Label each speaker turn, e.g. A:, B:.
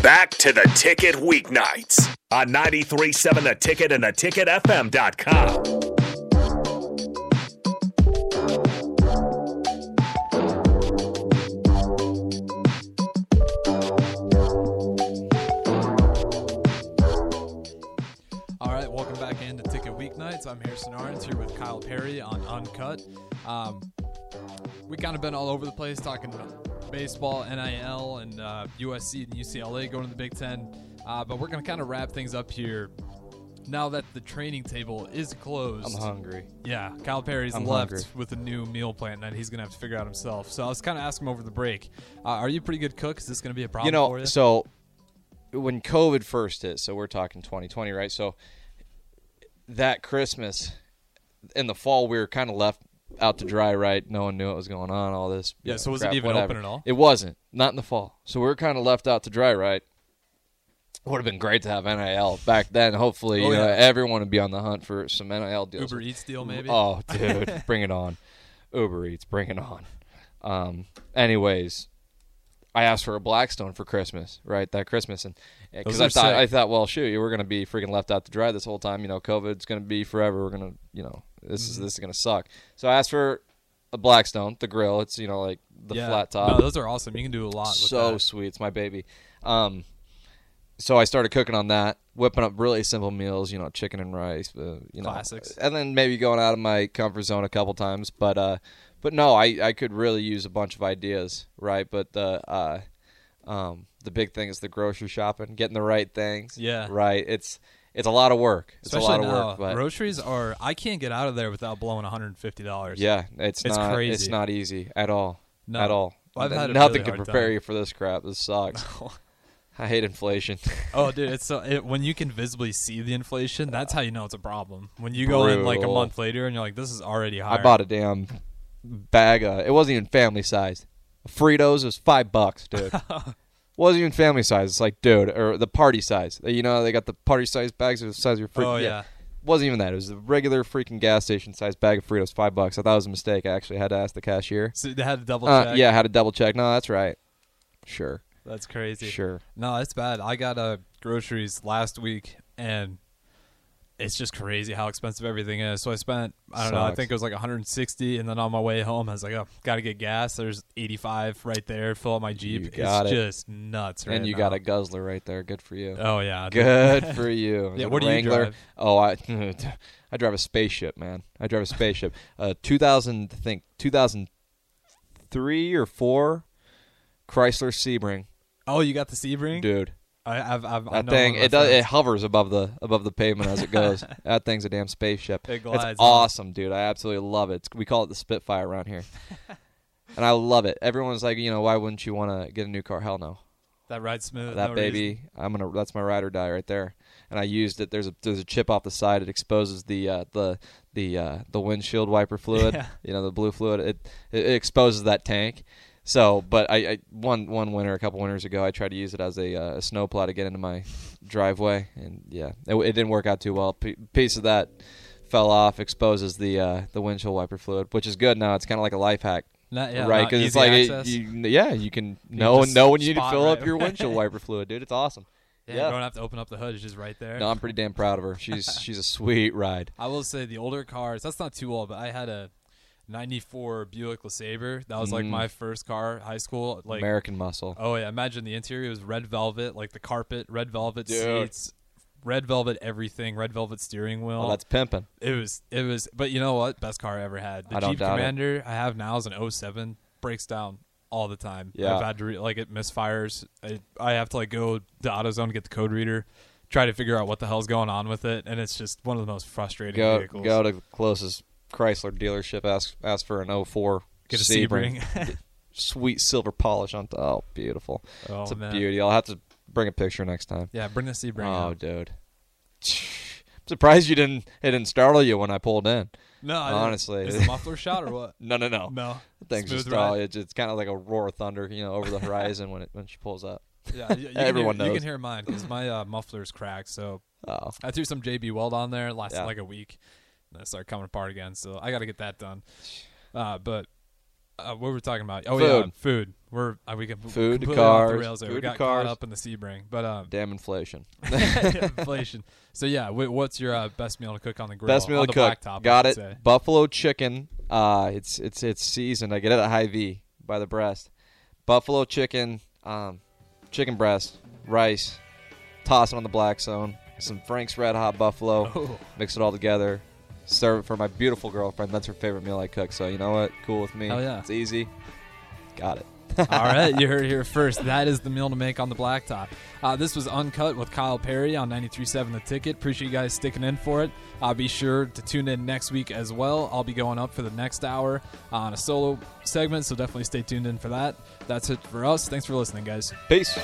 A: Back to the ticket weeknights on 93.7 The Ticket and theticketfm.com.
B: All right, welcome back into Ticket Weeknights. I'm Harrison Arns here with Kyle Perry on Uncut. Um, we kind of been all over the place talking about baseball, NIL, and uh, USC and UCLA going to the Big Ten. Uh, but we're going to kind of wrap things up here now that the training table is closed.
C: I'm hungry.
B: Yeah, Kyle Perry's
C: I'm
B: left
C: hungry.
B: with a new meal plan that he's going to have to figure out himself. So I was kind of asking him over the break, uh, are you a pretty good cook? Is this going to be a problem
C: You
B: for
C: know,
B: you?
C: so when COVID first hit, so we're talking 2020, right? So that Christmas in the fall, we were kind of left out to dry, right? No one knew what was going on. All this, you
B: Yeah,
C: know,
B: so was it
C: crap,
B: even
C: whatever.
B: open at all?
C: It wasn't. Not in the fall. So we were kind of left out to dry, right? Would have been great to have NIL back then. Hopefully,
B: Oh,
C: you know,
B: yeah.
C: everyone would be on the hunt for some NIL deals.
B: Uber Eats deal, maybe?
C: Oh, dude, bring it on. Uber Eats, bring it on. Um, anyways, I asked for a Blackstone for Christmas, right? That Christmas, and because
B: are
C: I thought
B: sick.
C: I thought, well, shoot, we're gonna be freaking left out to dry this whole time. You know, COVID's gonna be forever. We're gonna, you know, this
B: Mm-hmm.
C: is this is gonna suck. So I asked for a Blackstone, the grill. It's you know like the
B: yeah.
C: flat top
B: No, those are awesome. You can do a lot with
C: so
B: that.
C: sweet. It's my baby. Um, so I started cooking on that, whipping up really simple meals, you know, chicken and rice, uh, you know,
B: Classics.
C: and then maybe going out of my comfort zone a couple times. But uh, but no, I I could really use a bunch of ideas, right? But the uh, um, the big thing is the grocery shopping, getting the right things.
B: Yeah.
C: right. It's it's a lot of work. It's
B: Especially
C: a lot of
B: now,
C: work. But
B: groceries are. I can't get out of there without blowing one hundred and fifty dollars.
C: yeah, it's,
B: It's
C: not
B: crazy.
C: it's not easy at all.
B: No.
C: At all.
B: I've had a
C: Nothing
B: really
C: can
B: hard
C: prepare
B: time.
C: you for this crap. This sucks. I hate inflation.
B: Oh, dude, it's so it, when you can visibly see the inflation, that's how you know it's a problem. When you go in like a
C: Brutal.
B: month later and you're like, "This is already higher."
C: I bought a damn bag of. It wasn't even family sized. Fritos was five bucks, dude. wasn't even family size. It's like, dude, or the party size. You know, they got the party size bags or the size of your. Fri-
B: Oh, yeah.
C: Wasn't even that. It was the regular freaking gas station size bag of Fritos, five bucks. I thought it was a mistake. I actually had to ask the cashier.
B: So they had to double
C: Uh,
B: check.
C: yeah, I had to double check. No, that's right. Sure,
B: that's crazy.
C: sure.
B: No, that's bad. I got uh, groceries last week, and it's just crazy how expensive everything is. So I spent, I don't know, I
C: Sucks.
B: think it was like 160, and then on my way home, I was like, "Oh, gotta get gas." There's 85 right there. Fill up my jeep.
C: You got
B: it's
C: it.
B: just nuts. Right
C: and you
B: now.
C: got a guzzler right there. Good for you.
B: Oh yeah. dude.
C: Good for you.
B: Yeah, what do you drive?
C: Oh, I I drive a spaceship, man. I drive a spaceship. uh, 2000, I think 2003 or 4 Chrysler Sebring.
B: Oh, you got the Sebring,
C: Dude,
B: I, I've, I've I
C: that
B: know
C: thing
B: one of my
C: it does, it
B: friends.
C: hovers above the above the pavement as it goes. that thing's a damn spaceship.
B: It glides, huh?
C: it's awesome, dude. I absolutely love it. It's, we call it the Spitfire around here. and I love it. Everyone's like, you know, why wouldn't you want to get a new car? Hell no.
B: that rides smooth.
C: that
B: no reason.
C: baby i'm gonna that's my ride or die right there and i used it there's a there's a chip off the side it exposes the uh the the uh the windshield wiper fluid
B: Yeah.
C: you know the blue fluid it it exposes that tank so but i, I one one winter a couple winters ago i tried to use it as a, uh, a snowplow to get into my driveway and yeah it, it didn't work out too well P- piece of that fell off exposes the uh the windshield wiper fluid which is good now it's kind of like a life hack
B: Not- yeah,
C: right
B: not
C: because it's
B: easy
C: like it,
B: access.
C: you, yeah you can know
B: just
C: know when you need to
B: spot
C: fill
B: right
C: up your
B: away.
C: windshield wiper fluid dude it's awesome
B: Yeah,
C: yeah.
B: you don't have to open up the hood; it's just right there.
C: no i'm pretty damn proud of her she's she's a sweet ride
B: I will say the older cars. That's not too old, but I had a '94 Buick LeSabre. That was
C: Mm.
B: like my first car, high school. Like,
C: american muscle
B: oh yeah, imagine the interior was red velvet, like the carpet, red velvet
C: Dude.
B: seats, red velvet everything, red velvet steering wheel.
C: oh that's pimping
B: it was it was. But you know what? Best car I ever had. The
C: I don't
B: Jeep
C: doubt it.
B: Commander I have now is an 07. Breaks down all the time.
C: Yeah.
B: I've had to re- like it misfires. I, I have to like go to AutoZone to get the code reader. Try to figure out what the hell's going on with it, and it's just one of the most frustrating
C: go
B: vehicles.
C: go to closest chrysler dealership ask ask for an 04
B: Get a
C: sebring,
B: Sebring.
C: sweet silver polish on top oh beautiful
B: Oh,
C: it's a
B: man.
C: beauty i'll have to bring a picture next time
B: yeah, bring the Sebring.
C: oh
B: out.
C: dude I'm surprised you didn't it didn't startle you when i pulled in
B: No, I didn't-
C: honestly
B: is the muffler shot or what?
C: no no no
B: No,
C: Things
B: Smooth
C: just
B: ride.
C: all it's, it's kind of like a roar of thunder, you know, over the horizon when it when she pulls up.
B: Yeah, y- you, can
C: Everyone
B: hear, You
C: knows.
B: can hear mine because my uh, muffler's cracked. So
C: Oh,
B: I threw some JB Weld on there. Lasted
C: Yeah.
B: like a week. And I started coming apart again. So I got to get that done. Uh, but uh, what were we talking about? Oh yeah,
C: Food.
B: food. We're uh, we got
C: Food,
B: completely off the
C: cars,
B: rails there. we
C: food to
B: got caught
C: cars.
B: up in the Sebring, but um,
C: Damn inflation.
B: inflation. So yeah, wh- what's your uh, best meal to cook on the grill?
C: Best meal
B: on
C: to
B: the
C: cook.
B: Blacktop, I
C: Got
B: should
C: it.
B: say.
C: Buffalo chicken. Uh, it's it's it's seasoned. I get it at High V by the breast. Buffalo chicken, um, chicken breast, rice, toss it on the black zone. Some Frank's Red Hot Buffalo.
B: Oh.
C: Mix it all together. Serve it for my beautiful girlfriend. That's her favorite meal I cook. So you know what? Cool with me.
B: Hell yeah.
C: It's easy. Got it.
B: All right, you heard it here first. That is the meal to make on the blacktop. Uh, this was Uncut with Kyle Perry on 93.7 The Ticket. Appreciate you guys sticking in for it. Uh, be sure to tune in next week as well. I'll be going up for the next hour on a solo segment, so definitely stay tuned in for that. That's it for us. Thanks for listening, guys.
C: Peace.